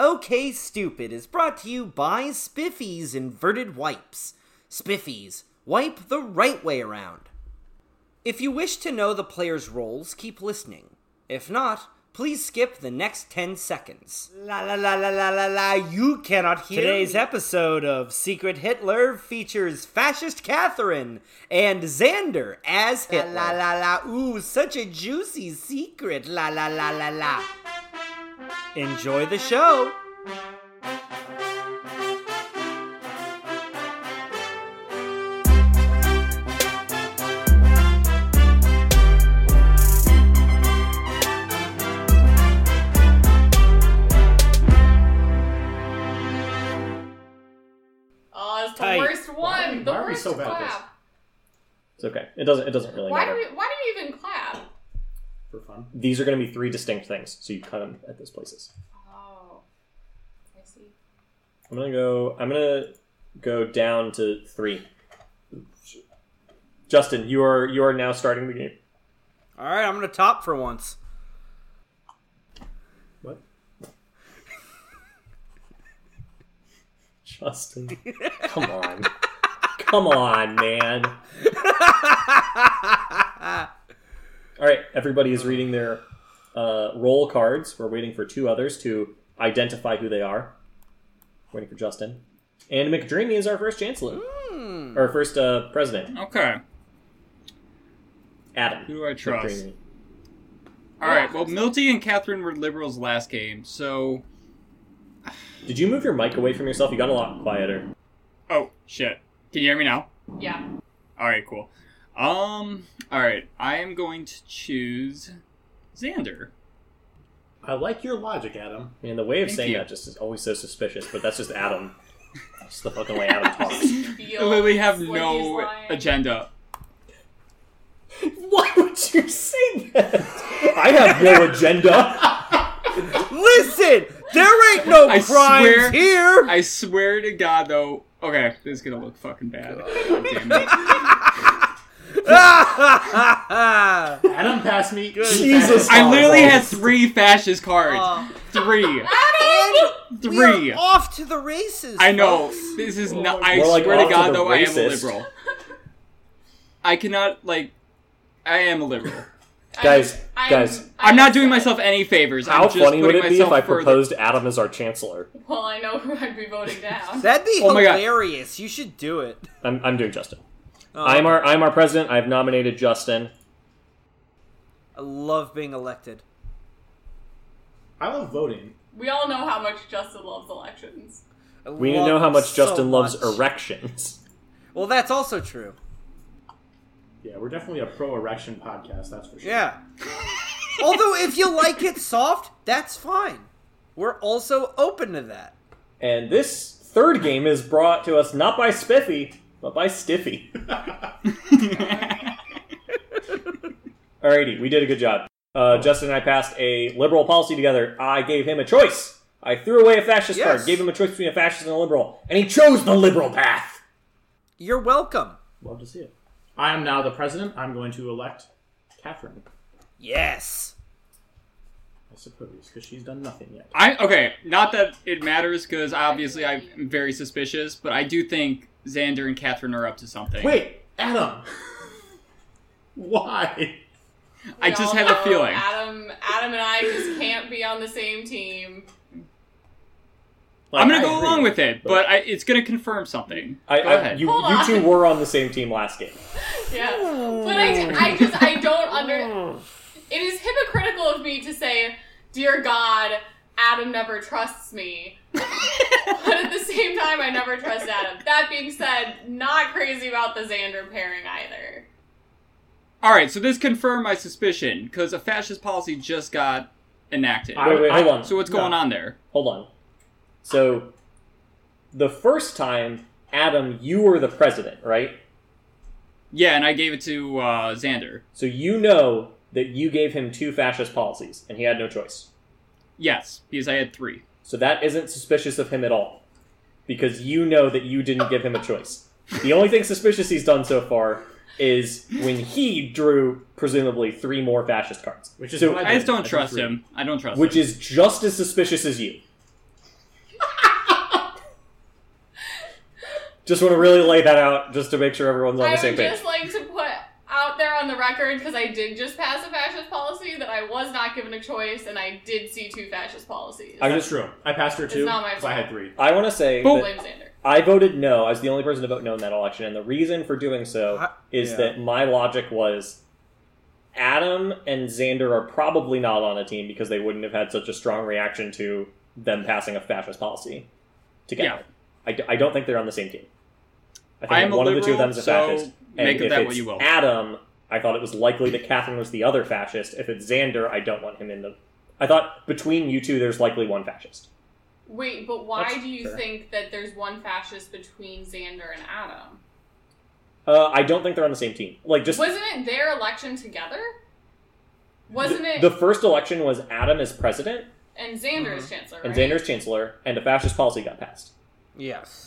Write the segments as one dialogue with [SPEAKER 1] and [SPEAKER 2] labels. [SPEAKER 1] Okay Stupid is brought to you by Spiffy's Inverted Wipes. Spiffy's, wipe the right way around. If you wish to know the player's roles, keep listening. If not, please skip the next 10 seconds. La la la la la la la, you cannot hear. Today's episode of Secret Hitler features fascist Catherine and Xander as Hitler. La la la, ooh, such a juicy secret. La la la la la. Enjoy the show.
[SPEAKER 2] Oh, it's the
[SPEAKER 1] Tight.
[SPEAKER 2] worst one.
[SPEAKER 3] Why are we-
[SPEAKER 2] the
[SPEAKER 3] why are we
[SPEAKER 2] worst
[SPEAKER 3] so bad at
[SPEAKER 2] clap.
[SPEAKER 3] this?
[SPEAKER 4] It's okay. It doesn't. It doesn't really
[SPEAKER 2] Why do
[SPEAKER 4] matter.
[SPEAKER 2] we? Why do you even clap?
[SPEAKER 3] for fun.
[SPEAKER 4] These are going to be three distinct things, so you cut them at those places.
[SPEAKER 2] Oh, I see.
[SPEAKER 4] I'm gonna go. I'm gonna go down to three. Justin, you are you are now starting the game.
[SPEAKER 1] All right, I'm gonna top for once.
[SPEAKER 4] What? Justin, come on, come on, man. All right, everybody is reading their uh, roll cards. We're waiting for two others to identify who they are. Waiting for Justin. And McDreamy is our first chancellor, our first uh, president.
[SPEAKER 5] Okay.
[SPEAKER 4] Adam.
[SPEAKER 5] Who do I trust?
[SPEAKER 4] McDreamy.
[SPEAKER 5] All right. Well, Milty and Catherine were liberals last game, so
[SPEAKER 4] Did you move your mic away from yourself? You got a lot quieter.
[SPEAKER 5] oh shit. Can you hear me now?
[SPEAKER 2] Yeah.
[SPEAKER 5] All right, cool. Um. All right. I am going to choose Xander.
[SPEAKER 3] I like your logic, Adam.
[SPEAKER 4] Man, the way of
[SPEAKER 5] Thank
[SPEAKER 4] saying
[SPEAKER 5] you.
[SPEAKER 4] that just is always so suspicious, but that's just Adam. That's the fucking way Adam talks.
[SPEAKER 2] Feel
[SPEAKER 5] Literally have
[SPEAKER 2] like he's
[SPEAKER 5] no
[SPEAKER 2] lying.
[SPEAKER 5] agenda.
[SPEAKER 4] Why would you say that? I have no agenda.
[SPEAKER 1] Listen, there ain't no
[SPEAKER 5] I
[SPEAKER 1] crimes
[SPEAKER 5] swear-
[SPEAKER 1] here.
[SPEAKER 5] I swear to God, though. Okay, this is gonna look fucking bad. God damn it.
[SPEAKER 3] Adam, pass me.
[SPEAKER 4] Jesus.
[SPEAKER 5] I literally
[SPEAKER 4] Oh,
[SPEAKER 5] had three fascist cards.
[SPEAKER 1] Oh.
[SPEAKER 5] Three.
[SPEAKER 1] and we
[SPEAKER 5] Three.
[SPEAKER 1] are off to the races.
[SPEAKER 5] I know
[SPEAKER 1] folks.
[SPEAKER 5] this is not. I
[SPEAKER 4] We're, like,
[SPEAKER 5] swear
[SPEAKER 4] off
[SPEAKER 5] to
[SPEAKER 4] to
[SPEAKER 5] God,
[SPEAKER 4] the
[SPEAKER 5] though, I am a
[SPEAKER 4] racist.
[SPEAKER 5] liberal. I cannot like. I am a liberal.
[SPEAKER 2] I'm-
[SPEAKER 4] Guys,
[SPEAKER 2] I'm-
[SPEAKER 4] guys.
[SPEAKER 5] I'm not doing myself any favors.
[SPEAKER 4] How
[SPEAKER 5] I'm just
[SPEAKER 4] funny would
[SPEAKER 5] putting
[SPEAKER 4] it be if
[SPEAKER 5] myself
[SPEAKER 4] I
[SPEAKER 5] further-
[SPEAKER 4] proposed Adam as our chancellor?
[SPEAKER 2] Well, I know who I'd be voting down.
[SPEAKER 1] That'd be
[SPEAKER 5] Oh my God.
[SPEAKER 1] hilarious. You should do it. Oh,
[SPEAKER 4] I'm, I'm doing Justin.
[SPEAKER 3] Oh.
[SPEAKER 4] I'm our I'm our president. I've nominated Justin.
[SPEAKER 1] I love being elected.
[SPEAKER 3] I love voting.
[SPEAKER 2] we all know how much Justin loves elections.
[SPEAKER 1] I
[SPEAKER 4] We
[SPEAKER 1] love
[SPEAKER 4] know how much
[SPEAKER 1] so
[SPEAKER 4] Justin loves
[SPEAKER 1] much.
[SPEAKER 4] erections.
[SPEAKER 1] Well, that's also true.
[SPEAKER 3] Yeah, we're definitely a pro erection podcast. That's for sure.
[SPEAKER 1] Yeah. Although if you like it soft, that's fine. We're also open to that.
[SPEAKER 4] And this third game is brought to us not by Spiffy, but by Stiffy. Alrighty, we did a good job. Uh, Justin and I passed a liberal policy together. I gave him a choice. I threw away a fascist
[SPEAKER 1] Yes.
[SPEAKER 4] card, gave him a choice between a fascist and a liberal, and he chose the liberal path.
[SPEAKER 1] You're welcome.
[SPEAKER 3] Love to see it. I am now the president. I'm going to elect Catherine,
[SPEAKER 1] Yes.
[SPEAKER 3] I suppose, because she's done nothing yet.
[SPEAKER 5] I okay. Not that it matters, because obviously I'm very suspicious, but I do think Xander and Catherine are up to something.
[SPEAKER 3] Wait, Adam. Why?
[SPEAKER 5] I
[SPEAKER 2] We
[SPEAKER 5] just
[SPEAKER 2] all
[SPEAKER 5] had a
[SPEAKER 2] know
[SPEAKER 5] feeling.
[SPEAKER 2] Adam, Adam, and I just can't be on the same team.
[SPEAKER 3] Like,
[SPEAKER 5] I'm gonna
[SPEAKER 3] I
[SPEAKER 5] go
[SPEAKER 3] agree.
[SPEAKER 5] along with it, but I, it's gonna confirm something.
[SPEAKER 4] I,
[SPEAKER 5] go
[SPEAKER 4] I-
[SPEAKER 5] ahead.
[SPEAKER 4] you,
[SPEAKER 2] Hold
[SPEAKER 4] you
[SPEAKER 2] on.
[SPEAKER 4] two were on the same team last game. Hmm.
[SPEAKER 2] Yeah. But I, I just, I don't under. It is hypocritical of me to say, Dear God, Adam never trusts me. but at the same time, I never trust Adam. That being said, not crazy about the Xander pairing either.
[SPEAKER 5] All right, so this confirmed my suspicion because a fascist policy just got enacted.
[SPEAKER 3] I-
[SPEAKER 4] Wait, wait, hold on.
[SPEAKER 5] so what's going on there?
[SPEAKER 4] Hold on. So, the first time, Adam, you were the president, right?
[SPEAKER 5] Yeah, and I gave it to uh, Xander.
[SPEAKER 4] So you know that you gave him two fascist policies, and he had no choice.
[SPEAKER 5] Yes, because I had three.
[SPEAKER 4] So that isn't suspicious of him at all, because you know that you didn't give him a choice. The only thing suspicious he's done so far is when he drew presumably three more fascist cards,
[SPEAKER 3] Which is
[SPEAKER 4] So-
[SPEAKER 3] what
[SPEAKER 5] I just
[SPEAKER 3] did.
[SPEAKER 5] don't
[SPEAKER 3] I
[SPEAKER 5] trust
[SPEAKER 3] drew-
[SPEAKER 5] him. I don't trust
[SPEAKER 4] which
[SPEAKER 5] him.
[SPEAKER 4] is just as suspicious as you. Just want to really lay that out just to make sure everyone's on
[SPEAKER 2] I
[SPEAKER 4] the
[SPEAKER 2] would
[SPEAKER 4] same page.
[SPEAKER 2] just like to put out there on the record because I did just pass a fascist policy that I was not given a choice and I did see two fascist policies.
[SPEAKER 4] I just-
[SPEAKER 3] That's true. I passed her
[SPEAKER 2] It's
[SPEAKER 3] two
[SPEAKER 2] not my
[SPEAKER 3] because I had
[SPEAKER 2] fault.
[SPEAKER 3] three.
[SPEAKER 4] I want to say
[SPEAKER 5] But-
[SPEAKER 4] that
[SPEAKER 2] Blame Xander.
[SPEAKER 4] I voted no. I was the only person to vote no in that election, and the reason for doing so
[SPEAKER 6] I-
[SPEAKER 4] is
[SPEAKER 6] yeah.
[SPEAKER 4] that my logic was Adam and Xander are probably not on a team because they wouldn't have had such a strong reaction to them passing a fascist policy together. I d- I, don't think they're on the same team. I think
[SPEAKER 5] I am a
[SPEAKER 4] one of the two of
[SPEAKER 5] liberal,
[SPEAKER 4] them is a
[SPEAKER 5] so
[SPEAKER 4] fascist. And
[SPEAKER 5] make of
[SPEAKER 4] if
[SPEAKER 5] that
[SPEAKER 4] it's
[SPEAKER 5] what you will.
[SPEAKER 4] Adam, I thought it was likely that Catherine was the other fascist. If it's Xander, I don't want him in the. I thought between you two, there's likely one fascist.
[SPEAKER 2] Wait, but why
[SPEAKER 4] That's
[SPEAKER 2] do you
[SPEAKER 4] fair.
[SPEAKER 2] think that there's one fascist between Xander and Adam?
[SPEAKER 4] Uh, I don't think they're on the same team. Like just
[SPEAKER 2] Wasn't it their election together? Wasn't it?
[SPEAKER 4] The first election was Adam as president
[SPEAKER 2] and Xander is chancellor.
[SPEAKER 4] and
[SPEAKER 2] right?
[SPEAKER 4] Xander as chancellor, and a fascist policy got passed.
[SPEAKER 6] Yes.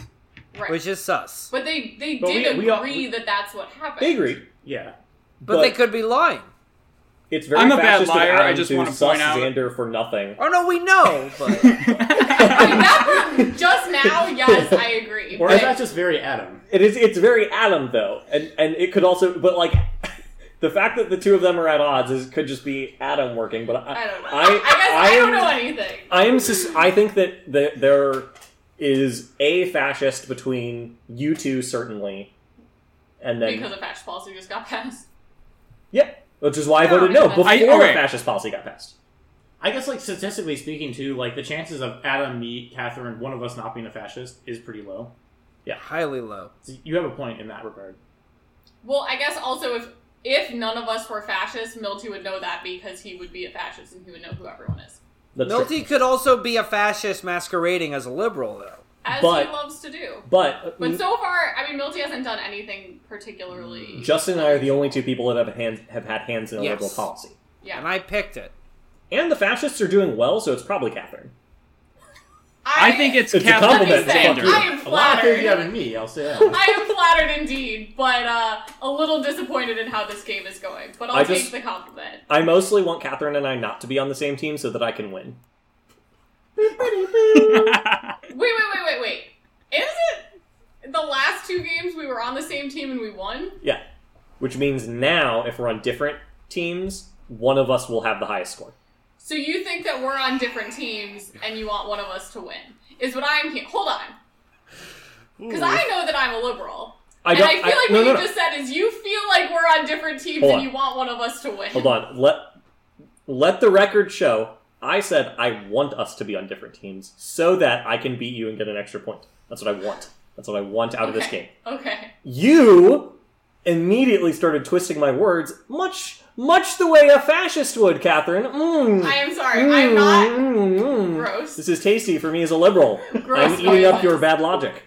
[SPEAKER 2] right?
[SPEAKER 6] Which is sus.
[SPEAKER 2] but they they
[SPEAKER 3] But
[SPEAKER 2] did
[SPEAKER 3] we- we all-
[SPEAKER 2] agree
[SPEAKER 3] we-
[SPEAKER 2] that that's what happened.
[SPEAKER 4] They agreed.
[SPEAKER 3] Yeah.
[SPEAKER 6] But, they
[SPEAKER 4] but-
[SPEAKER 6] could be lying.
[SPEAKER 4] It's very
[SPEAKER 5] I'm a bad
[SPEAKER 4] fascist of
[SPEAKER 5] liar, I
[SPEAKER 4] Adam
[SPEAKER 5] just
[SPEAKER 4] to
[SPEAKER 5] wanna point
[SPEAKER 4] sus
[SPEAKER 5] out-
[SPEAKER 4] Xander for nothing.
[SPEAKER 6] Oh no, we know, but
[SPEAKER 2] Like, that part, just now, yes, I agree.
[SPEAKER 3] Or
[SPEAKER 2] but-
[SPEAKER 3] is that just very Adam?
[SPEAKER 4] It is. It's very Adam though, and and it could also, but like. The fact that the two of them are at odds is could just be Adam working, but I,
[SPEAKER 2] I don't know.
[SPEAKER 4] I,
[SPEAKER 2] I, guess I, don't
[SPEAKER 4] am-
[SPEAKER 2] know anything.
[SPEAKER 4] I am. Sus- I think that the, there is a fascist between you two certainly, and then
[SPEAKER 2] because a fascist policy just got passed.
[SPEAKER 4] yeah, which is why I
[SPEAKER 2] No,
[SPEAKER 4] voted no
[SPEAKER 2] I-
[SPEAKER 4] before
[SPEAKER 5] okay.
[SPEAKER 4] a fascist policy got passed.
[SPEAKER 3] I guess, like, statistically speaking, too, like, the chances of Adam, me, Catherine, one of us not being a fascist is pretty low.
[SPEAKER 6] highly low.
[SPEAKER 3] So you have a point in that regard.
[SPEAKER 2] Well, I guess also if if none of us were fascists, Milty would know that because he would be a fascist and he would know who everyone is.
[SPEAKER 4] That's true.
[SPEAKER 6] Milty could also be a fascist masquerading as a liberal, though.
[SPEAKER 2] As
[SPEAKER 4] But- Mm-hmm.
[SPEAKER 2] he loves to do.
[SPEAKER 4] But, uh,
[SPEAKER 2] But so far, I mean, Milty hasn't done anything particularly.
[SPEAKER 4] Justin and I are the only two people that have hands have had hands in a
[SPEAKER 6] Yes.
[SPEAKER 4] liberal policy.
[SPEAKER 2] yeah.
[SPEAKER 6] And I picked it.
[SPEAKER 4] And the fascists are doing well, so it's probably Catherine.
[SPEAKER 5] I think it's,
[SPEAKER 4] It's a
[SPEAKER 5] Catherine
[SPEAKER 2] Let
[SPEAKER 4] compliment.
[SPEAKER 5] and
[SPEAKER 2] me say,
[SPEAKER 4] Fuck you.
[SPEAKER 2] I
[SPEAKER 5] Xander.
[SPEAKER 2] am
[SPEAKER 3] A lot of things you have
[SPEAKER 2] flattered.
[SPEAKER 3] in me, I'll say that.
[SPEAKER 2] I am flattered indeed, but uh, a little disappointed in how this game is going. But I'll
[SPEAKER 4] I
[SPEAKER 2] take
[SPEAKER 4] just-
[SPEAKER 2] the compliment.
[SPEAKER 4] I mostly want Catherine and I not to be on the same team so that I can win.
[SPEAKER 2] Wait, wait, wait, wait, wait. Is it the last two games we were on the same team and we won?
[SPEAKER 4] Yeah. Which means now, if we're on different teams, one of us will have the highest score.
[SPEAKER 2] So you think that we're on different teams and you want one of us to win? Is what I'm here. Hold on, because I know that I'm a liberal.
[SPEAKER 4] I
[SPEAKER 2] and
[SPEAKER 4] don't.
[SPEAKER 2] I feel like
[SPEAKER 4] no,
[SPEAKER 2] what
[SPEAKER 4] no,
[SPEAKER 2] you
[SPEAKER 4] no.
[SPEAKER 2] just said is you feel like we're on different teams
[SPEAKER 4] Hold
[SPEAKER 2] and
[SPEAKER 4] on.
[SPEAKER 2] you want one of us to win.
[SPEAKER 4] Hold on. Let let the record show. I said I want us to be on different teams so that I can beat you and get an extra point. That's what I want. That's what I want out of this game.
[SPEAKER 2] Okay. Okay.
[SPEAKER 4] you immediately started twisting my words, much much the way a fascist would, Catherine. Mm.
[SPEAKER 2] I am sorry. I'm not
[SPEAKER 4] Mm, mm.
[SPEAKER 2] gross.
[SPEAKER 4] This is tasty for me as a liberal.
[SPEAKER 2] Gross
[SPEAKER 4] I'm eating up
[SPEAKER 2] violence.
[SPEAKER 4] your bad logic.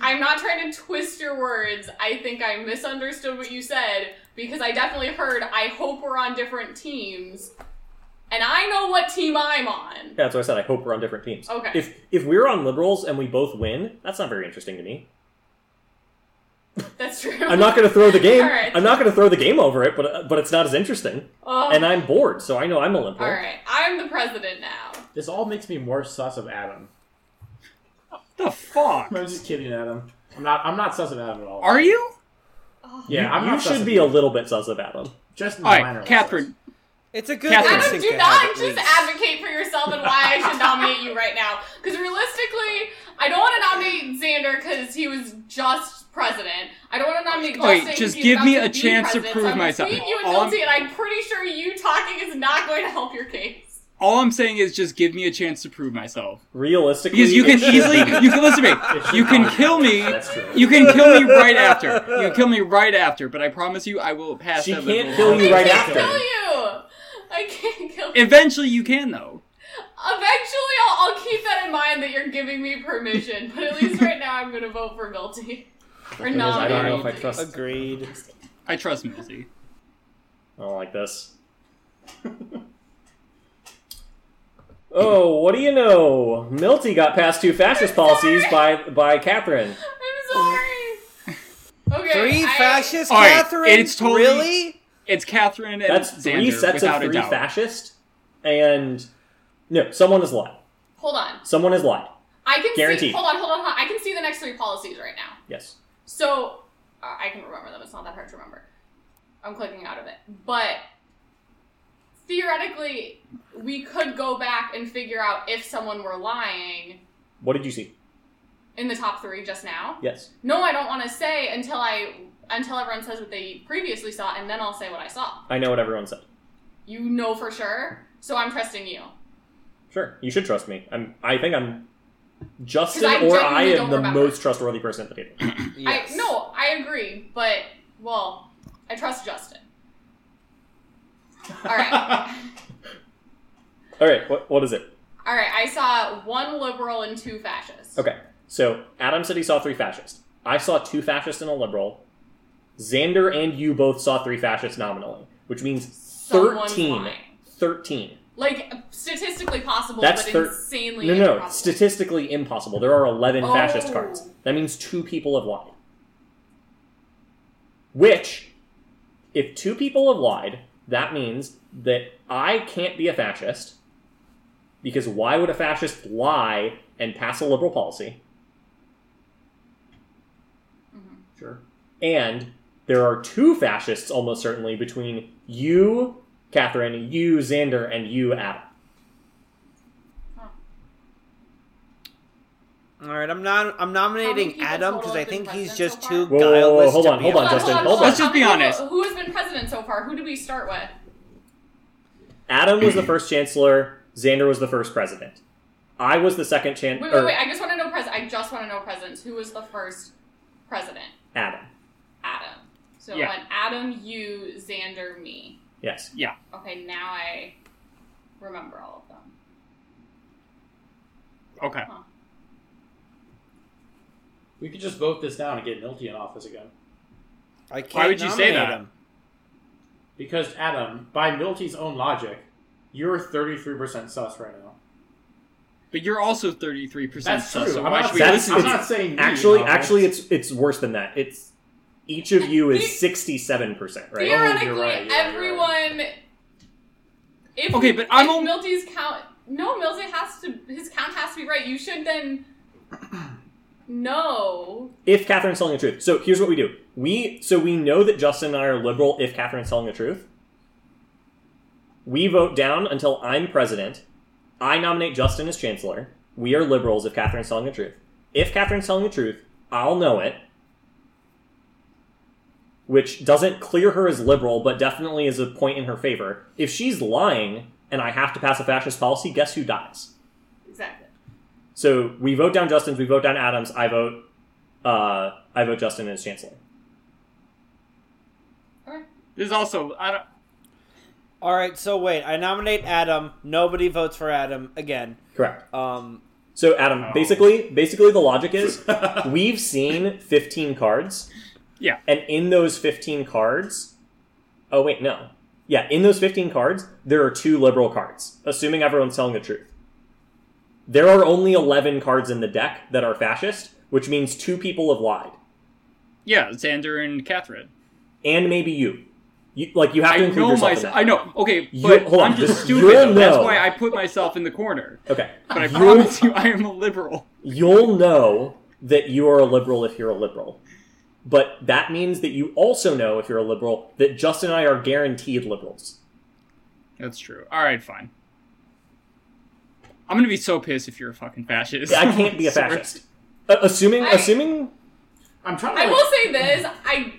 [SPEAKER 2] I'm not trying to twist your words. I think I misunderstood what you said because I definitely heard I hope we're on different teams. And I know what team I'm on.
[SPEAKER 4] Yeah, that's what I said. I hope we're on different teams.
[SPEAKER 2] Okay.
[SPEAKER 4] If if we're on liberals and we both win, that's not very interesting to me.
[SPEAKER 2] That's true.
[SPEAKER 4] I'm not going to throw the game.
[SPEAKER 2] All right.
[SPEAKER 4] I'm not going to throw the game over it, but but it's not as interesting.
[SPEAKER 2] Oh,
[SPEAKER 4] And I'm bored, so I know I'm a liberal.
[SPEAKER 2] all right. I'm the president now.
[SPEAKER 3] This all makes me more sus of Adam.
[SPEAKER 5] the fuck?
[SPEAKER 3] I'm just kidding, Adam. I'm not. I'm not sus of Adam at all.
[SPEAKER 5] Are you?
[SPEAKER 3] yeah, I'm
[SPEAKER 4] you
[SPEAKER 3] not. sus
[SPEAKER 4] should
[SPEAKER 3] of
[SPEAKER 4] be
[SPEAKER 3] you.
[SPEAKER 4] a little bit sus of Adam.
[SPEAKER 3] just
[SPEAKER 5] All
[SPEAKER 3] minor
[SPEAKER 5] right, Catherine.
[SPEAKER 6] It's a good
[SPEAKER 5] Catherine.
[SPEAKER 2] Adam,
[SPEAKER 6] instinct
[SPEAKER 2] do
[SPEAKER 6] to have,
[SPEAKER 2] not
[SPEAKER 6] at
[SPEAKER 2] just
[SPEAKER 6] least.
[SPEAKER 2] advocate for yourself and why I should nominate you right now. Because realistically, I don't want to nominate Xander because he was just president. I don't want to nominate
[SPEAKER 5] Wait,
[SPEAKER 2] Justin 'cause
[SPEAKER 5] just
[SPEAKER 2] he's
[SPEAKER 5] give
[SPEAKER 2] about
[SPEAKER 5] me
[SPEAKER 2] to be
[SPEAKER 5] a chance to
[SPEAKER 2] president.
[SPEAKER 5] prove
[SPEAKER 2] so I'm
[SPEAKER 5] myself.
[SPEAKER 2] Between you and
[SPEAKER 5] All I'm-
[SPEAKER 2] Milty, and I'm pretty sure you talking is not going to help your case.
[SPEAKER 5] All I'm saying is just give me a chance to prove myself.
[SPEAKER 4] Realistically,
[SPEAKER 5] Because you
[SPEAKER 4] it
[SPEAKER 5] can
[SPEAKER 4] should
[SPEAKER 5] easily,
[SPEAKER 4] be-
[SPEAKER 5] you can listen to me. You can kill me. You can kill me right after. You can kill me right after. But I promise you, I will pass.
[SPEAKER 4] She
[SPEAKER 5] that
[SPEAKER 4] can't
[SPEAKER 5] liberal
[SPEAKER 4] kill
[SPEAKER 5] law.
[SPEAKER 4] you right
[SPEAKER 2] I can't
[SPEAKER 4] after.
[SPEAKER 2] kill you. I can't kill you.
[SPEAKER 5] Eventually, you can though.
[SPEAKER 2] Eventually, I'll, I'll keep that in mind that you're giving me permission. But at least right now, I'm going to vote for Milty. Or
[SPEAKER 4] Thing is, I don't know
[SPEAKER 2] nominate
[SPEAKER 4] if I
[SPEAKER 2] Milty.
[SPEAKER 4] trust.
[SPEAKER 6] Agreed.
[SPEAKER 5] I trust Milty.
[SPEAKER 4] I don't like this. oh, what do you know? Milty got past two fascist policies by by Catherine.
[SPEAKER 2] I'm sorry. Okay.
[SPEAKER 6] Three
[SPEAKER 2] I,
[SPEAKER 6] fascist
[SPEAKER 5] All right,
[SPEAKER 6] Catherine?
[SPEAKER 5] it's totally-
[SPEAKER 6] Really?
[SPEAKER 5] It's Catherine and
[SPEAKER 4] That's
[SPEAKER 5] Xander,
[SPEAKER 4] three sets of
[SPEAKER 5] without a
[SPEAKER 4] three
[SPEAKER 5] doubt.
[SPEAKER 4] fascist, and no, someone has lied.
[SPEAKER 2] Hold on.
[SPEAKER 4] Someone has lied.
[SPEAKER 2] I can see.
[SPEAKER 4] Guaranteed.
[SPEAKER 2] Hold on, hold on, hold on. I can see the next three policies right now.
[SPEAKER 4] Yes.
[SPEAKER 2] So uh, I can remember them. It's not that hard to remember. I'm clicking out of it. But theoretically, we could go back and figure out if someone were lying
[SPEAKER 4] What did you see?
[SPEAKER 2] in the top three just now.
[SPEAKER 4] Yes.
[SPEAKER 2] No, I don't want to say until I until everyone says what they previously saw, and then I'll say what I saw.
[SPEAKER 4] I know what everyone said.
[SPEAKER 2] You know for sure, so I'm trusting you.
[SPEAKER 4] Sure. You should trust me. I'm. I think I'm. Justin
[SPEAKER 2] 'Cause I
[SPEAKER 4] or I
[SPEAKER 2] genuinely
[SPEAKER 4] am
[SPEAKER 2] don't
[SPEAKER 4] the
[SPEAKER 2] remember.
[SPEAKER 4] most trustworthy person at the table.
[SPEAKER 2] I no, I agree, but well, I trust Justin. All right.
[SPEAKER 4] All right. What, what is it?
[SPEAKER 2] All right, I saw one liberal and two fascists.
[SPEAKER 4] Okay. So Adam said he saw three fascists. I saw two fascists and a liberal. Xander and you both saw three fascists nominally, which means
[SPEAKER 2] Someone's
[SPEAKER 4] 13.
[SPEAKER 2] lying.
[SPEAKER 4] 13.
[SPEAKER 2] Like statistically possible,
[SPEAKER 4] That's
[SPEAKER 2] but
[SPEAKER 4] thir-
[SPEAKER 2] insanely
[SPEAKER 4] No, no,
[SPEAKER 2] improbable.
[SPEAKER 4] statistically impossible. There are 11 fascist
[SPEAKER 2] Oh.
[SPEAKER 4] cards. That means two people have lied. Which, if two people have lied, that means that I can't be a fascist, because why would a fascist lie and pass a liberal policy?
[SPEAKER 2] Mm-hmm.
[SPEAKER 3] Sure.
[SPEAKER 4] And there are two fascists almost certainly between you, Catherine, you, Xander, and you, Adam.
[SPEAKER 1] All right, I'm not. I'm
[SPEAKER 2] How many
[SPEAKER 1] nominating
[SPEAKER 2] people
[SPEAKER 1] Adam
[SPEAKER 2] total
[SPEAKER 1] because
[SPEAKER 2] have
[SPEAKER 1] I
[SPEAKER 2] been
[SPEAKER 1] think he's
[SPEAKER 2] president
[SPEAKER 1] just
[SPEAKER 2] so
[SPEAKER 1] too
[SPEAKER 2] far?
[SPEAKER 4] Whoa, whoa, whoa,
[SPEAKER 1] guileless
[SPEAKER 4] hold
[SPEAKER 1] to
[SPEAKER 4] on,
[SPEAKER 1] be
[SPEAKER 4] hold on,
[SPEAKER 1] honest.
[SPEAKER 4] Justin, hold on.
[SPEAKER 5] Let's just be
[SPEAKER 2] How many
[SPEAKER 5] honest.
[SPEAKER 2] people- Who has been president so far? Who do we start with?
[SPEAKER 4] Adam was the first chancellor. Xander was the first president. I was the second
[SPEAKER 2] Wait,
[SPEAKER 4] chancellor.
[SPEAKER 2] wait, wait. I just want to know pres. I just want to know presidents. Who was the first president?
[SPEAKER 4] Adam.
[SPEAKER 2] Adam. So
[SPEAKER 5] Yeah.
[SPEAKER 2] on Adam, you, Xander, me.
[SPEAKER 4] Yes.
[SPEAKER 2] Okay, now I remember all of them.
[SPEAKER 5] Okay.
[SPEAKER 3] We could just vote this down and get Milty in office again.
[SPEAKER 1] I can't
[SPEAKER 5] Why would you say
[SPEAKER 1] nominate
[SPEAKER 5] that?
[SPEAKER 1] Him.
[SPEAKER 3] Because Adam, by Milty's own logic, you're 33% sus right now.
[SPEAKER 5] But you're also 33%.
[SPEAKER 3] That's
[SPEAKER 5] sus,
[SPEAKER 3] true.
[SPEAKER 5] So
[SPEAKER 3] I'm
[SPEAKER 5] why
[SPEAKER 3] not
[SPEAKER 5] should we
[SPEAKER 4] That's-
[SPEAKER 5] listen
[SPEAKER 3] I'm
[SPEAKER 5] to
[SPEAKER 3] not saying me,
[SPEAKER 4] Actually,
[SPEAKER 3] no.
[SPEAKER 4] actually, it's it's worse than that. It's each of you
[SPEAKER 2] The-
[SPEAKER 4] is sixty-seven percent, right?
[SPEAKER 3] Yeah.
[SPEAKER 2] Theoretically,
[SPEAKER 3] you're right, yeah, you're
[SPEAKER 2] everyone.
[SPEAKER 3] right.
[SPEAKER 2] If
[SPEAKER 5] Okay, but I'm
[SPEAKER 2] if
[SPEAKER 5] al-
[SPEAKER 2] Milty's count. No, Milty has to. His count has to be right. You should then. No.
[SPEAKER 4] If Catherine's telling the truth, so here's what we do: we so we know that Justin and I are liberal. If Catherine's telling the truth, we vote down until I'm president. I nominate Justin as chancellor. We are liberals if Catherine's telling the truth. If Catherine's telling the truth, I'll know it. Which doesn't clear her as liberal, but definitely is a point in her favor. If she's lying and I have to pass a fascist policy, guess who dies?
[SPEAKER 2] Exactly.
[SPEAKER 4] So we vote down Justin's, we vote down Adams, I vote uh, I vote Justin as chancellor.
[SPEAKER 2] Okay.
[SPEAKER 5] There's also I don't.
[SPEAKER 1] All right, so wait. I nominate Adam. Nobody votes for Adam again.
[SPEAKER 4] Correct.
[SPEAKER 1] Um,
[SPEAKER 4] So Adam,
[SPEAKER 3] Oh.
[SPEAKER 4] basically basically the logic is we've seen 15 cards.
[SPEAKER 5] Yeah.
[SPEAKER 4] And in those 15 cards, oh wait, no. Yeah, in those 15 cards, there are two liberal cards, assuming everyone's telling the truth. There are only 11 cards in the deck that are fascist, which means two people have lied,
[SPEAKER 5] Yeah, Xander and Catherine.
[SPEAKER 4] and maybe you. you like you have to
[SPEAKER 5] I
[SPEAKER 4] include
[SPEAKER 5] know
[SPEAKER 4] yourself in
[SPEAKER 5] myself.
[SPEAKER 4] that.
[SPEAKER 5] I know. Okay,
[SPEAKER 4] You-
[SPEAKER 5] but
[SPEAKER 4] hold on,
[SPEAKER 5] I'm just
[SPEAKER 4] this-
[SPEAKER 5] stupid.
[SPEAKER 4] you'll
[SPEAKER 5] though. That's
[SPEAKER 4] know.
[SPEAKER 5] why I put myself in the corner.
[SPEAKER 4] Okay.
[SPEAKER 5] But I promise you, I am a liberal.
[SPEAKER 4] you'll know that you are a liberal if you're a liberal. But that means that you also know, if you're a liberal, that Justin and I are guaranteed liberals.
[SPEAKER 5] That's true. All right, fine. I'm gonna be so pissed if you're a fucking fascist.
[SPEAKER 4] I can't be a fascist. Uh, assuming,
[SPEAKER 2] I-
[SPEAKER 4] assuming,
[SPEAKER 3] I'm trying to.
[SPEAKER 2] I
[SPEAKER 3] like,
[SPEAKER 2] will say this. I.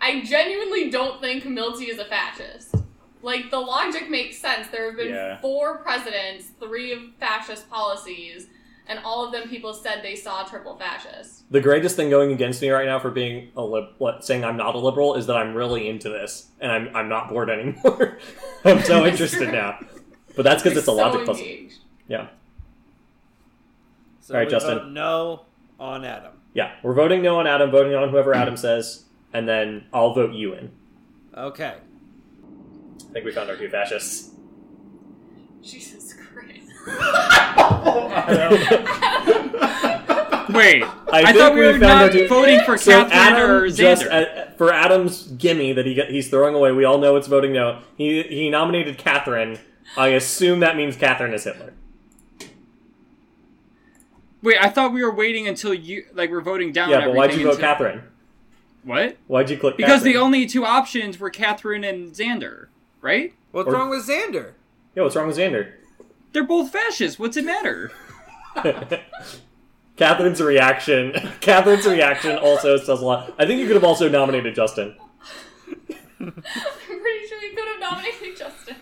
[SPEAKER 2] I genuinely don't think Milty is a fascist. Like the logic makes sense. There have been
[SPEAKER 4] Yeah.
[SPEAKER 2] four presidents, three of fascist policies, and all of them people said they saw triple fascist.
[SPEAKER 4] the greatest thing going against me right now for being a lib- what, saying I'm not a liberal is that I'm really into this and I'm I'm not bored anymore. I'm so
[SPEAKER 2] That's
[SPEAKER 4] interested
[SPEAKER 2] true.
[SPEAKER 4] now. But that's because
[SPEAKER 2] They're
[SPEAKER 4] it's a
[SPEAKER 2] so
[SPEAKER 4] logic puzzle.
[SPEAKER 2] engaged.
[SPEAKER 4] Yeah,
[SPEAKER 1] so
[SPEAKER 4] All right,
[SPEAKER 1] we
[SPEAKER 4] Justin.
[SPEAKER 1] vote no on Adam.
[SPEAKER 4] yeah. We're voting no on Adam, voting on whoever Adam says, and then I'll vote you in.
[SPEAKER 1] Okay.
[SPEAKER 4] I think we found our two fascists.
[SPEAKER 2] Jesus Christ.
[SPEAKER 5] Wait, I,
[SPEAKER 4] think
[SPEAKER 5] thought we
[SPEAKER 4] we
[SPEAKER 5] were
[SPEAKER 4] found
[SPEAKER 5] not
[SPEAKER 4] out who-
[SPEAKER 5] voting for
[SPEAKER 4] So
[SPEAKER 5] Catherine
[SPEAKER 4] Adam
[SPEAKER 5] or Xander.
[SPEAKER 4] just uh, for Adam's gimme that he get, he's throwing away. We all know it's voting no. He he nominated Catherine. I assume that means Catherine is Hitler.
[SPEAKER 5] Wait, I thought we were waiting until you like we're voting down.
[SPEAKER 4] Yeah, but why'd you
[SPEAKER 5] everything
[SPEAKER 4] vote
[SPEAKER 5] until-
[SPEAKER 4] Catherine?
[SPEAKER 5] What?
[SPEAKER 4] Why'd you click
[SPEAKER 5] Because the
[SPEAKER 4] Catherine?
[SPEAKER 5] only two options were Catherine and Xander, right?
[SPEAKER 6] What's
[SPEAKER 4] Or-
[SPEAKER 6] wrong with Xander?
[SPEAKER 4] Yeah, what's wrong with Xander?
[SPEAKER 5] They're both fascists. What's it matter?
[SPEAKER 4] Catherine's reaction. Catherine's reaction also says a lot. I think you could have also nominated Justin.
[SPEAKER 2] I'm pretty sure you could have nominated Justin.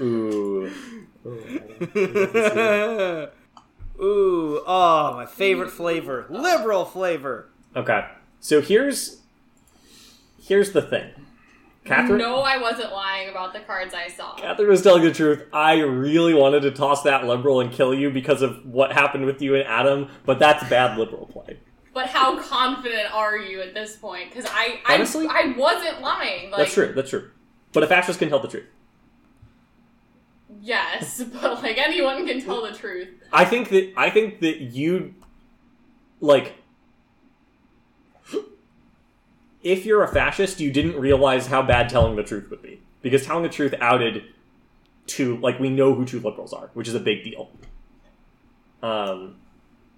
[SPEAKER 4] Ooh.
[SPEAKER 6] Ooh, oh, my favorite flavor, liberal flavor.
[SPEAKER 4] Okay. So here's here's the thing. Catherine
[SPEAKER 2] No, I wasn't lying about the cards I saw.
[SPEAKER 4] Catherine was telling the truth. I really wanted to toss that liberal and kill you because of what happened with you and Adam, but that's bad liberal play.
[SPEAKER 2] But how confident are you at this point? Because I, I,
[SPEAKER 4] Honestly?
[SPEAKER 2] I wasn't lying. Like,
[SPEAKER 4] That's true. That's true. But a fascist can tell the truth.
[SPEAKER 2] Yes, but like anyone can tell the truth.
[SPEAKER 4] I think that I think that you like if you're a fascist, you didn't realize how bad telling the truth would be because telling the truth outed two like we know who two liberals are, which is a big deal. Um,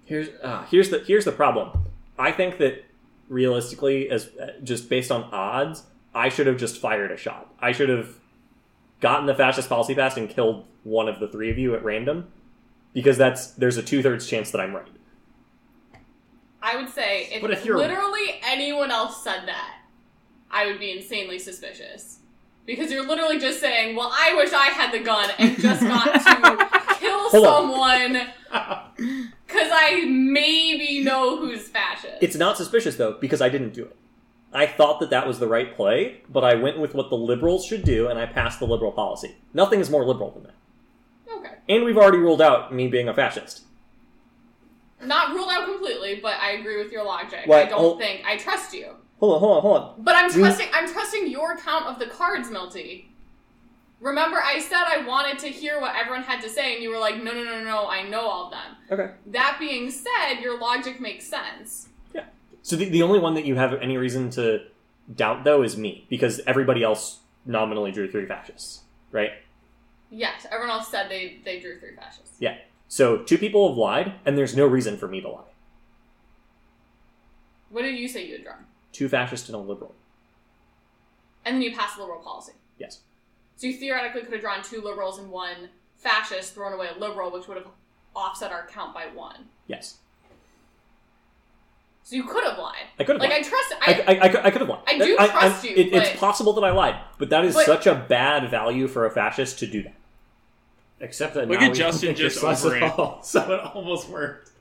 [SPEAKER 4] here's uh, here's the here's the problem. I think that realistically, as uh, just based on odds, I should have just fired a shot. I should have gotten the fascist policy passed and killed one of the three of you at random because that's there's a two thirds chance that I'm right.
[SPEAKER 2] I would say if,
[SPEAKER 3] But if you're-
[SPEAKER 2] literally anyone else said that, I would be insanely suspicious. Because you're literally just saying, well, I wish I had the gun and just got to kill
[SPEAKER 4] Hold
[SPEAKER 2] someone because I maybe know who's fascist.
[SPEAKER 4] It's not suspicious though because I didn't do it. I thought that that was the right play, but I went with what the liberals should do and I passed the liberal policy. Nothing is more liberal than that.
[SPEAKER 2] okay.
[SPEAKER 4] And we've already ruled out me being a fascist.
[SPEAKER 2] Not ruled out completely, but I agree with your logic.
[SPEAKER 4] Why-
[SPEAKER 2] I don't
[SPEAKER 4] hold-
[SPEAKER 2] think I trust you.
[SPEAKER 4] Hold on, hold on, hold on.
[SPEAKER 2] But I'm
[SPEAKER 4] We-
[SPEAKER 2] trusting. I'm trusting your count of the cards, Melty. Remember, I said I wanted to hear what everyone had to say, and you were like, "No, no, no, no, I know all of them."
[SPEAKER 4] Okay.
[SPEAKER 2] That being said, your logic makes sense.
[SPEAKER 4] Yeah. So the, the only one that you have any reason to doubt though is me because everybody else nominally drew three fascists, right?
[SPEAKER 2] Yes, everyone else said they they drew three fascists.
[SPEAKER 4] Yeah. So two people have lied and there's no reason for me to lie.
[SPEAKER 2] What did you say you had drawn?
[SPEAKER 4] Two fascists and a liberal.
[SPEAKER 2] And then you passed the liberal policy,
[SPEAKER 4] Yes.
[SPEAKER 2] so you theoretically could have drawn two liberals and one fascist, thrown away a liberal, which would have offset our count by one.
[SPEAKER 4] Yes.
[SPEAKER 2] So you could have lied.
[SPEAKER 4] I could have
[SPEAKER 2] Like
[SPEAKER 4] lied.
[SPEAKER 2] I trust.
[SPEAKER 4] I, I, I, could- I could have lied.
[SPEAKER 2] I do trust you,
[SPEAKER 4] it-
[SPEAKER 2] but-
[SPEAKER 4] It's possible that I lied, but that is
[SPEAKER 2] But-
[SPEAKER 4] such a bad value for a fascist to do that.
[SPEAKER 3] Except that
[SPEAKER 5] Look
[SPEAKER 3] now
[SPEAKER 5] at
[SPEAKER 3] we
[SPEAKER 5] Justin
[SPEAKER 3] don't think you're
[SPEAKER 5] just
[SPEAKER 3] sus
[SPEAKER 5] over
[SPEAKER 3] at
[SPEAKER 5] it.
[SPEAKER 3] all, so it almost worked.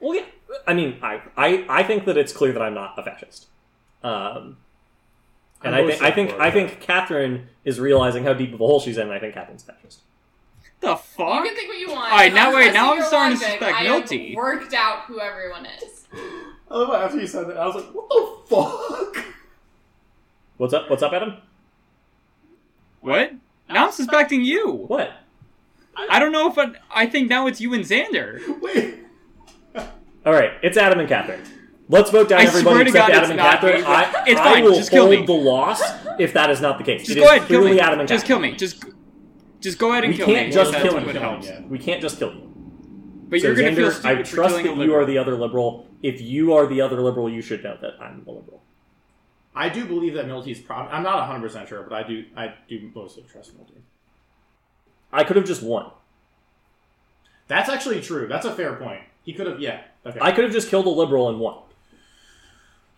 [SPEAKER 4] Well, yeah. I mean, I, I, I think that it's clear that I'm not a fascist. Um, and
[SPEAKER 3] I'm
[SPEAKER 4] I think, I
[SPEAKER 3] always
[SPEAKER 4] think,
[SPEAKER 3] for it,
[SPEAKER 4] I
[SPEAKER 3] yeah.
[SPEAKER 4] think Catherine is realizing how deep of a hole she's in. And I think Catherine's fascist.
[SPEAKER 5] The
[SPEAKER 2] You
[SPEAKER 5] fuck?
[SPEAKER 2] can think what you want.
[SPEAKER 5] All right, now
[SPEAKER 2] I'm
[SPEAKER 5] wait, now
[SPEAKER 2] trusting
[SPEAKER 5] I'm
[SPEAKER 2] your
[SPEAKER 5] starting to
[SPEAKER 2] logic.
[SPEAKER 5] suspect
[SPEAKER 2] I have
[SPEAKER 5] guilty.
[SPEAKER 2] Worked out who everyone is.
[SPEAKER 3] I love how after you said that, I was like, what the fuck?
[SPEAKER 4] What's up? What's up, Adam?
[SPEAKER 5] What? Now I'm suspecting you.
[SPEAKER 4] What?
[SPEAKER 5] I don't know if I, I think now it's you and Xander.
[SPEAKER 3] Wait.
[SPEAKER 4] All right, it's Adam and Catherine. Let's vote down
[SPEAKER 5] I
[SPEAKER 4] everybody
[SPEAKER 5] swear to
[SPEAKER 4] except
[SPEAKER 5] God,
[SPEAKER 4] Adam
[SPEAKER 5] it's
[SPEAKER 4] and
[SPEAKER 5] not
[SPEAKER 4] Catherine.
[SPEAKER 5] me.
[SPEAKER 4] I,
[SPEAKER 5] It's
[SPEAKER 4] I
[SPEAKER 5] fine,
[SPEAKER 4] will
[SPEAKER 5] just kill me.
[SPEAKER 4] hold the loss if that is not the case.
[SPEAKER 5] Just
[SPEAKER 4] It
[SPEAKER 5] go
[SPEAKER 4] is
[SPEAKER 5] ahead, kill
[SPEAKER 4] purely
[SPEAKER 5] me.
[SPEAKER 4] Adam and
[SPEAKER 5] just kill
[SPEAKER 4] Catherine.
[SPEAKER 5] me. Just, just go ahead and
[SPEAKER 4] We
[SPEAKER 5] kill
[SPEAKER 4] can't
[SPEAKER 5] me.
[SPEAKER 4] just
[SPEAKER 5] That's
[SPEAKER 4] kill
[SPEAKER 5] what
[SPEAKER 4] you.
[SPEAKER 5] would help.
[SPEAKER 4] We can't just kill you.
[SPEAKER 5] But
[SPEAKER 4] So
[SPEAKER 5] you're gonna feel
[SPEAKER 4] Xander,
[SPEAKER 5] stupid
[SPEAKER 4] I
[SPEAKER 5] for
[SPEAKER 4] trust
[SPEAKER 5] killing a
[SPEAKER 4] that you are
[SPEAKER 5] liberal.
[SPEAKER 4] the other liberal. If you are the other liberal, you should know that I'm the liberal.
[SPEAKER 3] I do believe that Milty's probably. I'm not 100 percent sure, but I do. I do mostly trust Milty.
[SPEAKER 4] I could have just won.
[SPEAKER 3] That's actually true. That's a fair point. He could have. Yeah. Okay.
[SPEAKER 4] I could have just killed a liberal and won.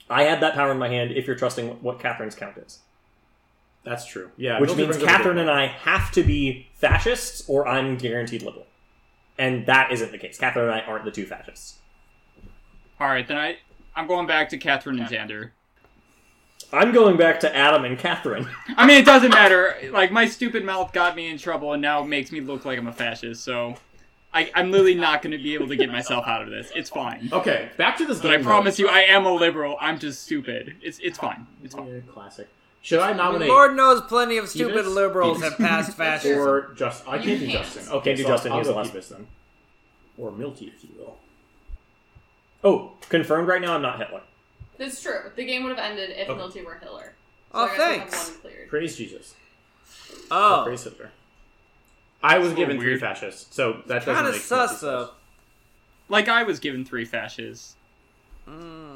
[SPEAKER 4] I had that power in my hand. If you're trusting what Catherine's count is,
[SPEAKER 3] That's true. Yeah.
[SPEAKER 4] which means Catherine and I have to be fascists, or I'm guaranteed liberal, and that isn't the case. Catherine and I aren't the two fascists.
[SPEAKER 5] All right, then I I'm going back to Catherine and Xander.
[SPEAKER 4] I'm going back to Adam and Catherine.
[SPEAKER 5] I mean, it doesn't matter. Like my stupid mouth got me in trouble, and now makes me look like I'm a fascist. So I, I'm literally not going to be able to get myself out of this. It's fine.
[SPEAKER 3] Okay, back to this.
[SPEAKER 5] But I promise you, I am a liberal. I'm just stupid. It's it's fine. It's fine.
[SPEAKER 3] classic. Should I nominate
[SPEAKER 6] Lord knows plenty of stupid
[SPEAKER 3] Peebus?
[SPEAKER 6] liberals
[SPEAKER 3] Peebus.
[SPEAKER 6] have passed fascism.
[SPEAKER 3] or Justin? I can't do
[SPEAKER 2] can't.
[SPEAKER 3] Justin. Okay,
[SPEAKER 4] Can't do
[SPEAKER 3] so
[SPEAKER 4] Justin,
[SPEAKER 3] I'll,
[SPEAKER 4] he's
[SPEAKER 3] I'll
[SPEAKER 4] the last.
[SPEAKER 3] go Peebus then, or Milty, if you will.
[SPEAKER 4] oh, confirmed right now, I'm not Hitler.
[SPEAKER 2] That's true. The game would have ended if
[SPEAKER 3] Okay.
[SPEAKER 2] Milty were Hiller.
[SPEAKER 6] Oh,
[SPEAKER 2] I guess we have
[SPEAKER 6] thanks.
[SPEAKER 2] one cleared.
[SPEAKER 3] Praise Jesus.
[SPEAKER 6] oh,
[SPEAKER 3] Praise Hitler. I was
[SPEAKER 5] Oh,
[SPEAKER 3] given three
[SPEAKER 5] weird.
[SPEAKER 3] fascists, so that doesn't
[SPEAKER 6] kind of
[SPEAKER 3] make
[SPEAKER 6] sus
[SPEAKER 3] Milty
[SPEAKER 6] though.
[SPEAKER 5] Like I was given three fascists.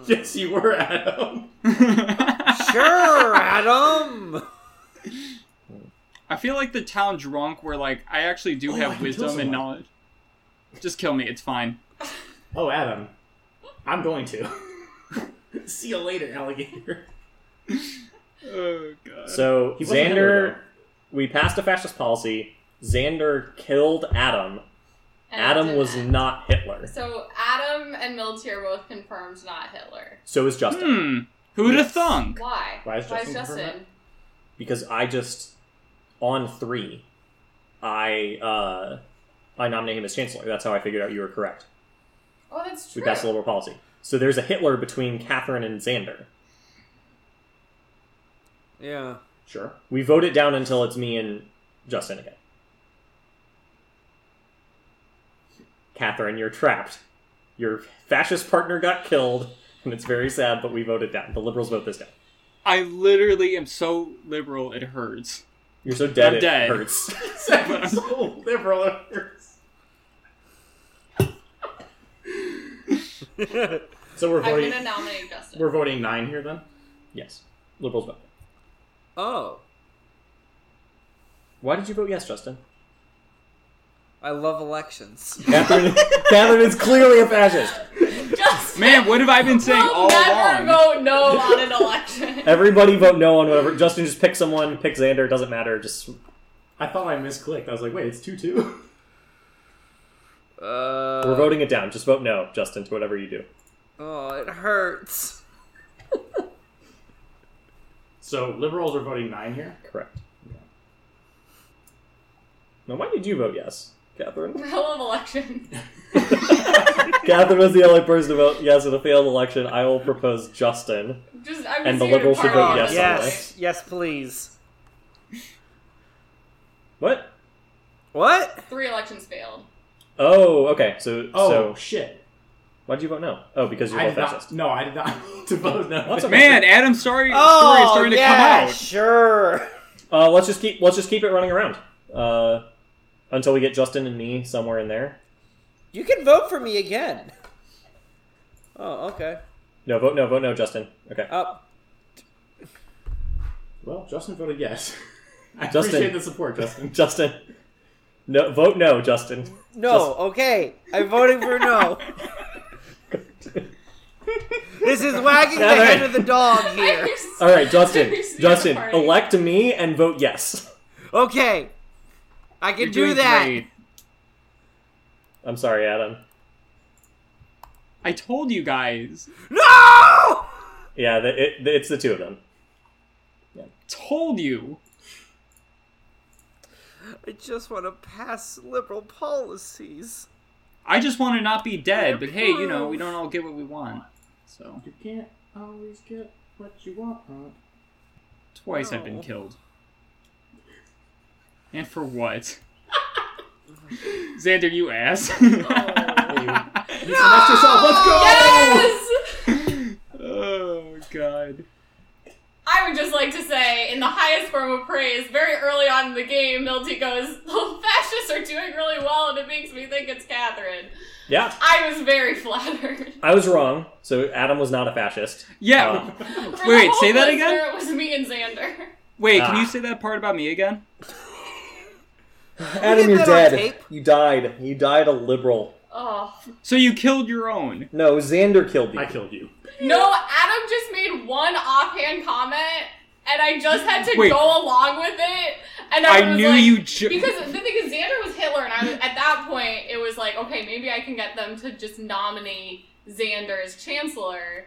[SPEAKER 3] Yes, you were Adam.
[SPEAKER 6] Sure, Adam.
[SPEAKER 5] I feel like the town drunk where like I actually do
[SPEAKER 3] Oh, I can
[SPEAKER 5] have
[SPEAKER 3] kill
[SPEAKER 5] wisdom
[SPEAKER 3] someone.
[SPEAKER 5] and knowledge. Just kill me, it's fine.
[SPEAKER 3] Oh, Adam, I'm going to. See you later, alligator.
[SPEAKER 5] Oh god.
[SPEAKER 4] So
[SPEAKER 3] He wasn't Hitler,
[SPEAKER 4] Xander, we passed a fascist policy. Xander killed Adam.
[SPEAKER 2] And
[SPEAKER 4] Adam
[SPEAKER 2] did
[SPEAKER 4] was
[SPEAKER 2] that.
[SPEAKER 4] not Hitler.
[SPEAKER 2] So Adam and Miltier were both confirmed not Hitler.
[SPEAKER 4] So is Justin.
[SPEAKER 5] Hmm. Who'd have
[SPEAKER 4] Yes.
[SPEAKER 5] thunk?
[SPEAKER 2] Why?
[SPEAKER 3] Why is Justin confirmed
[SPEAKER 4] because I just on three, I uh, I nominate him as chancellor. That's how I figured out you were correct.
[SPEAKER 2] Oh, that's
[SPEAKER 4] We
[SPEAKER 2] true.
[SPEAKER 4] passed a liberal policy. So there's a Hitler between Catherine and Xander.
[SPEAKER 6] Yeah.
[SPEAKER 3] Sure.
[SPEAKER 4] We vote it down until it's me and Justin again. Catherine, you're trapped. Your fascist partner got killed, and it's very sad, but we voted down. The liberals vote this down.
[SPEAKER 5] I literally am so liberal it hurts.
[SPEAKER 4] You're so dead
[SPEAKER 5] I'm
[SPEAKER 4] it
[SPEAKER 5] dead.
[SPEAKER 4] hurts.
[SPEAKER 3] so liberal. of hers. so we're
[SPEAKER 2] I'm
[SPEAKER 3] voting.
[SPEAKER 2] gonna nominate Justin.
[SPEAKER 3] We're voting nine here then.
[SPEAKER 4] yes. Liberals vote.
[SPEAKER 6] Oh,
[SPEAKER 4] Why did you vote yes, Justin?
[SPEAKER 6] I love elections.
[SPEAKER 4] Catherine, Catherine is clearly a fascist.
[SPEAKER 2] Justin
[SPEAKER 5] Man, what have I been saying
[SPEAKER 2] will
[SPEAKER 5] all
[SPEAKER 2] never
[SPEAKER 5] along?
[SPEAKER 2] vote no on an election.
[SPEAKER 4] Everybody vote no on whatever. Justin just pick someone, pick Xander, doesn't matter. Just
[SPEAKER 3] I thought I misclicked. I was like, wait, it's two two.
[SPEAKER 6] Uh,
[SPEAKER 4] we're voting it down. Just vote no, Justin, to whatever you do.
[SPEAKER 6] oh, it hurts.
[SPEAKER 3] So liberals are voting nine here.
[SPEAKER 4] Correct. Now, why did you vote yes, Catherine?
[SPEAKER 2] Hell of election.
[SPEAKER 4] Catherine was the only person to vote yes in a failed election. I will propose Justin.
[SPEAKER 2] Just I
[SPEAKER 4] And the Liberals should vote yes on
[SPEAKER 6] Oh, Yes, yes, please.
[SPEAKER 4] What?
[SPEAKER 6] What?
[SPEAKER 2] Three elections failed.
[SPEAKER 4] Oh, okay. So,
[SPEAKER 3] Oh
[SPEAKER 4] so
[SPEAKER 3] shit!
[SPEAKER 4] why did you vote no? Oh, because you're
[SPEAKER 3] I
[SPEAKER 4] both
[SPEAKER 3] did
[SPEAKER 4] fascist.
[SPEAKER 3] not. No, I did not mean to vote no.
[SPEAKER 4] What's up?
[SPEAKER 5] Man, Adam's story, story is
[SPEAKER 6] Oh,
[SPEAKER 5] starting
[SPEAKER 6] yeah,
[SPEAKER 5] to come out.
[SPEAKER 6] sure.
[SPEAKER 4] Uh, let's just keep let's just keep it running around uh, until we get Justin and me somewhere in there.
[SPEAKER 6] You can vote for me again. Oh, okay.
[SPEAKER 4] No, vote no, vote no, Justin. Okay.
[SPEAKER 6] Up.
[SPEAKER 3] Well, Justin voted yes. I
[SPEAKER 4] Justin.
[SPEAKER 3] appreciate the support, Justin.
[SPEAKER 4] Justin. No, vote no, Justin.
[SPEAKER 6] No, okay. I'm voting for no. this is wagging the
[SPEAKER 4] All right.
[SPEAKER 6] head of the dog here.
[SPEAKER 4] All right, Justin.
[SPEAKER 2] Seriously,
[SPEAKER 4] Justin,
[SPEAKER 2] party.
[SPEAKER 4] elect me and vote yes.
[SPEAKER 6] Okay. I can
[SPEAKER 5] You're
[SPEAKER 6] do
[SPEAKER 5] doing
[SPEAKER 6] that.
[SPEAKER 5] great.
[SPEAKER 4] I'm sorry, Adam.
[SPEAKER 5] I told you guys.
[SPEAKER 6] No!
[SPEAKER 4] Yeah, the, it, it's the two of them.
[SPEAKER 5] Told you.
[SPEAKER 6] I just want to pass liberal policies.
[SPEAKER 5] I just want to not be dead, but hey, you know, we don't all get what we want. So,
[SPEAKER 3] You can't always get what you want. Huh?
[SPEAKER 5] twice I've been killed. And for what? Xander, you ass.
[SPEAKER 3] You finessed yourself. Let's go.
[SPEAKER 2] Yes!
[SPEAKER 5] oh, God.
[SPEAKER 2] I would just like to say, in the highest form of praise, very early on in the game, Milty goes, The fascists are doing really well, and it makes me think it's Catherine.
[SPEAKER 4] Yeah,
[SPEAKER 2] I was very flattered.
[SPEAKER 4] I was wrong. So Adam was not a fascist.
[SPEAKER 5] Yeah.
[SPEAKER 4] Um,
[SPEAKER 2] For
[SPEAKER 5] Wait,
[SPEAKER 2] the whole
[SPEAKER 5] say that
[SPEAKER 2] listener,
[SPEAKER 5] again?
[SPEAKER 2] It was me and Xander.
[SPEAKER 5] Wait, can
[SPEAKER 4] Ah.
[SPEAKER 5] you say that part about me again?
[SPEAKER 4] Adam,
[SPEAKER 6] We
[SPEAKER 4] you're
[SPEAKER 6] get that on
[SPEAKER 4] dead.
[SPEAKER 6] tape.
[SPEAKER 4] You died. You died a liberal.
[SPEAKER 2] Oh.
[SPEAKER 5] So you killed your own.
[SPEAKER 4] No, Xander killed you.
[SPEAKER 3] I killed you.
[SPEAKER 2] No, Adam just made one offhand comment, and I just had to
[SPEAKER 5] Wait.
[SPEAKER 2] go along with it. And I,
[SPEAKER 5] I
[SPEAKER 2] was
[SPEAKER 5] knew
[SPEAKER 2] like,
[SPEAKER 5] you. Ju-
[SPEAKER 2] Because the thing is, Xander was Hitler, and I was, at that point, it was like, okay, maybe I can get them to just nominate Xander as chancellor.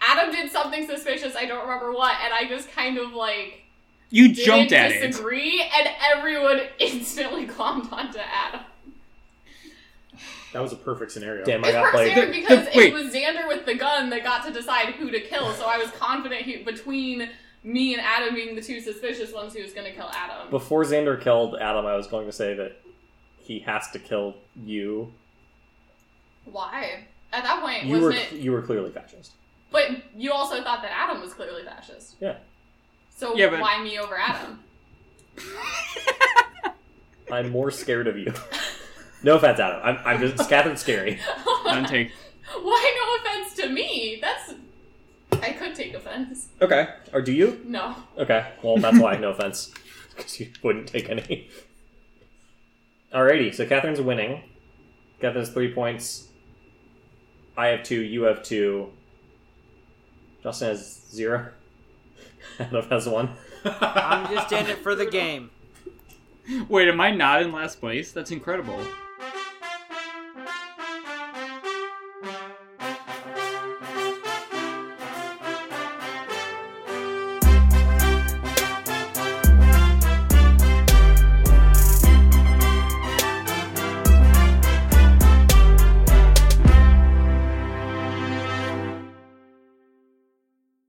[SPEAKER 2] Adam did something suspicious, I don't remember what, and I just kind of like
[SPEAKER 5] you
[SPEAKER 2] didn't
[SPEAKER 5] jumped at it.
[SPEAKER 2] disagree, and everyone instantly glommed onto Adam.
[SPEAKER 3] That was a perfect scenario.
[SPEAKER 4] Damn, I
[SPEAKER 2] It's
[SPEAKER 4] got
[SPEAKER 2] Xander
[SPEAKER 4] played.
[SPEAKER 5] The-
[SPEAKER 2] because
[SPEAKER 5] the-
[SPEAKER 2] it
[SPEAKER 5] wait.
[SPEAKER 2] was Xander with the gun that got to decide who to kill, so I was confident he, between me and Adam being the two suspicious ones, he was going to kill Adam.
[SPEAKER 4] Before Xander killed Adam, I was going to say that he has to kill you.
[SPEAKER 2] Why? At that point,
[SPEAKER 4] You
[SPEAKER 2] wasn't
[SPEAKER 4] were
[SPEAKER 2] it?
[SPEAKER 4] you were clearly fascist.
[SPEAKER 2] But you also thought that Adam was clearly fascist.
[SPEAKER 4] Yeah.
[SPEAKER 2] So
[SPEAKER 5] Yeah, but-
[SPEAKER 2] why me over Adam?
[SPEAKER 4] I'm more scared of you. No offense, Adam. I'm, I'm just Catherine's scary.
[SPEAKER 5] Don't take.
[SPEAKER 2] Why no offense to me? That's. I could take offense.
[SPEAKER 4] Okay. Or do you?
[SPEAKER 2] No.
[SPEAKER 4] Okay. Well, that's why. No offense, because you wouldn't take any. Alrighty. So Catherine's winning. Catherine's three points. I have two. You have two. Justin has zero. Adam has one.
[SPEAKER 6] I'm just in it for the game.
[SPEAKER 5] Wait, am I not in last place? That's incredible.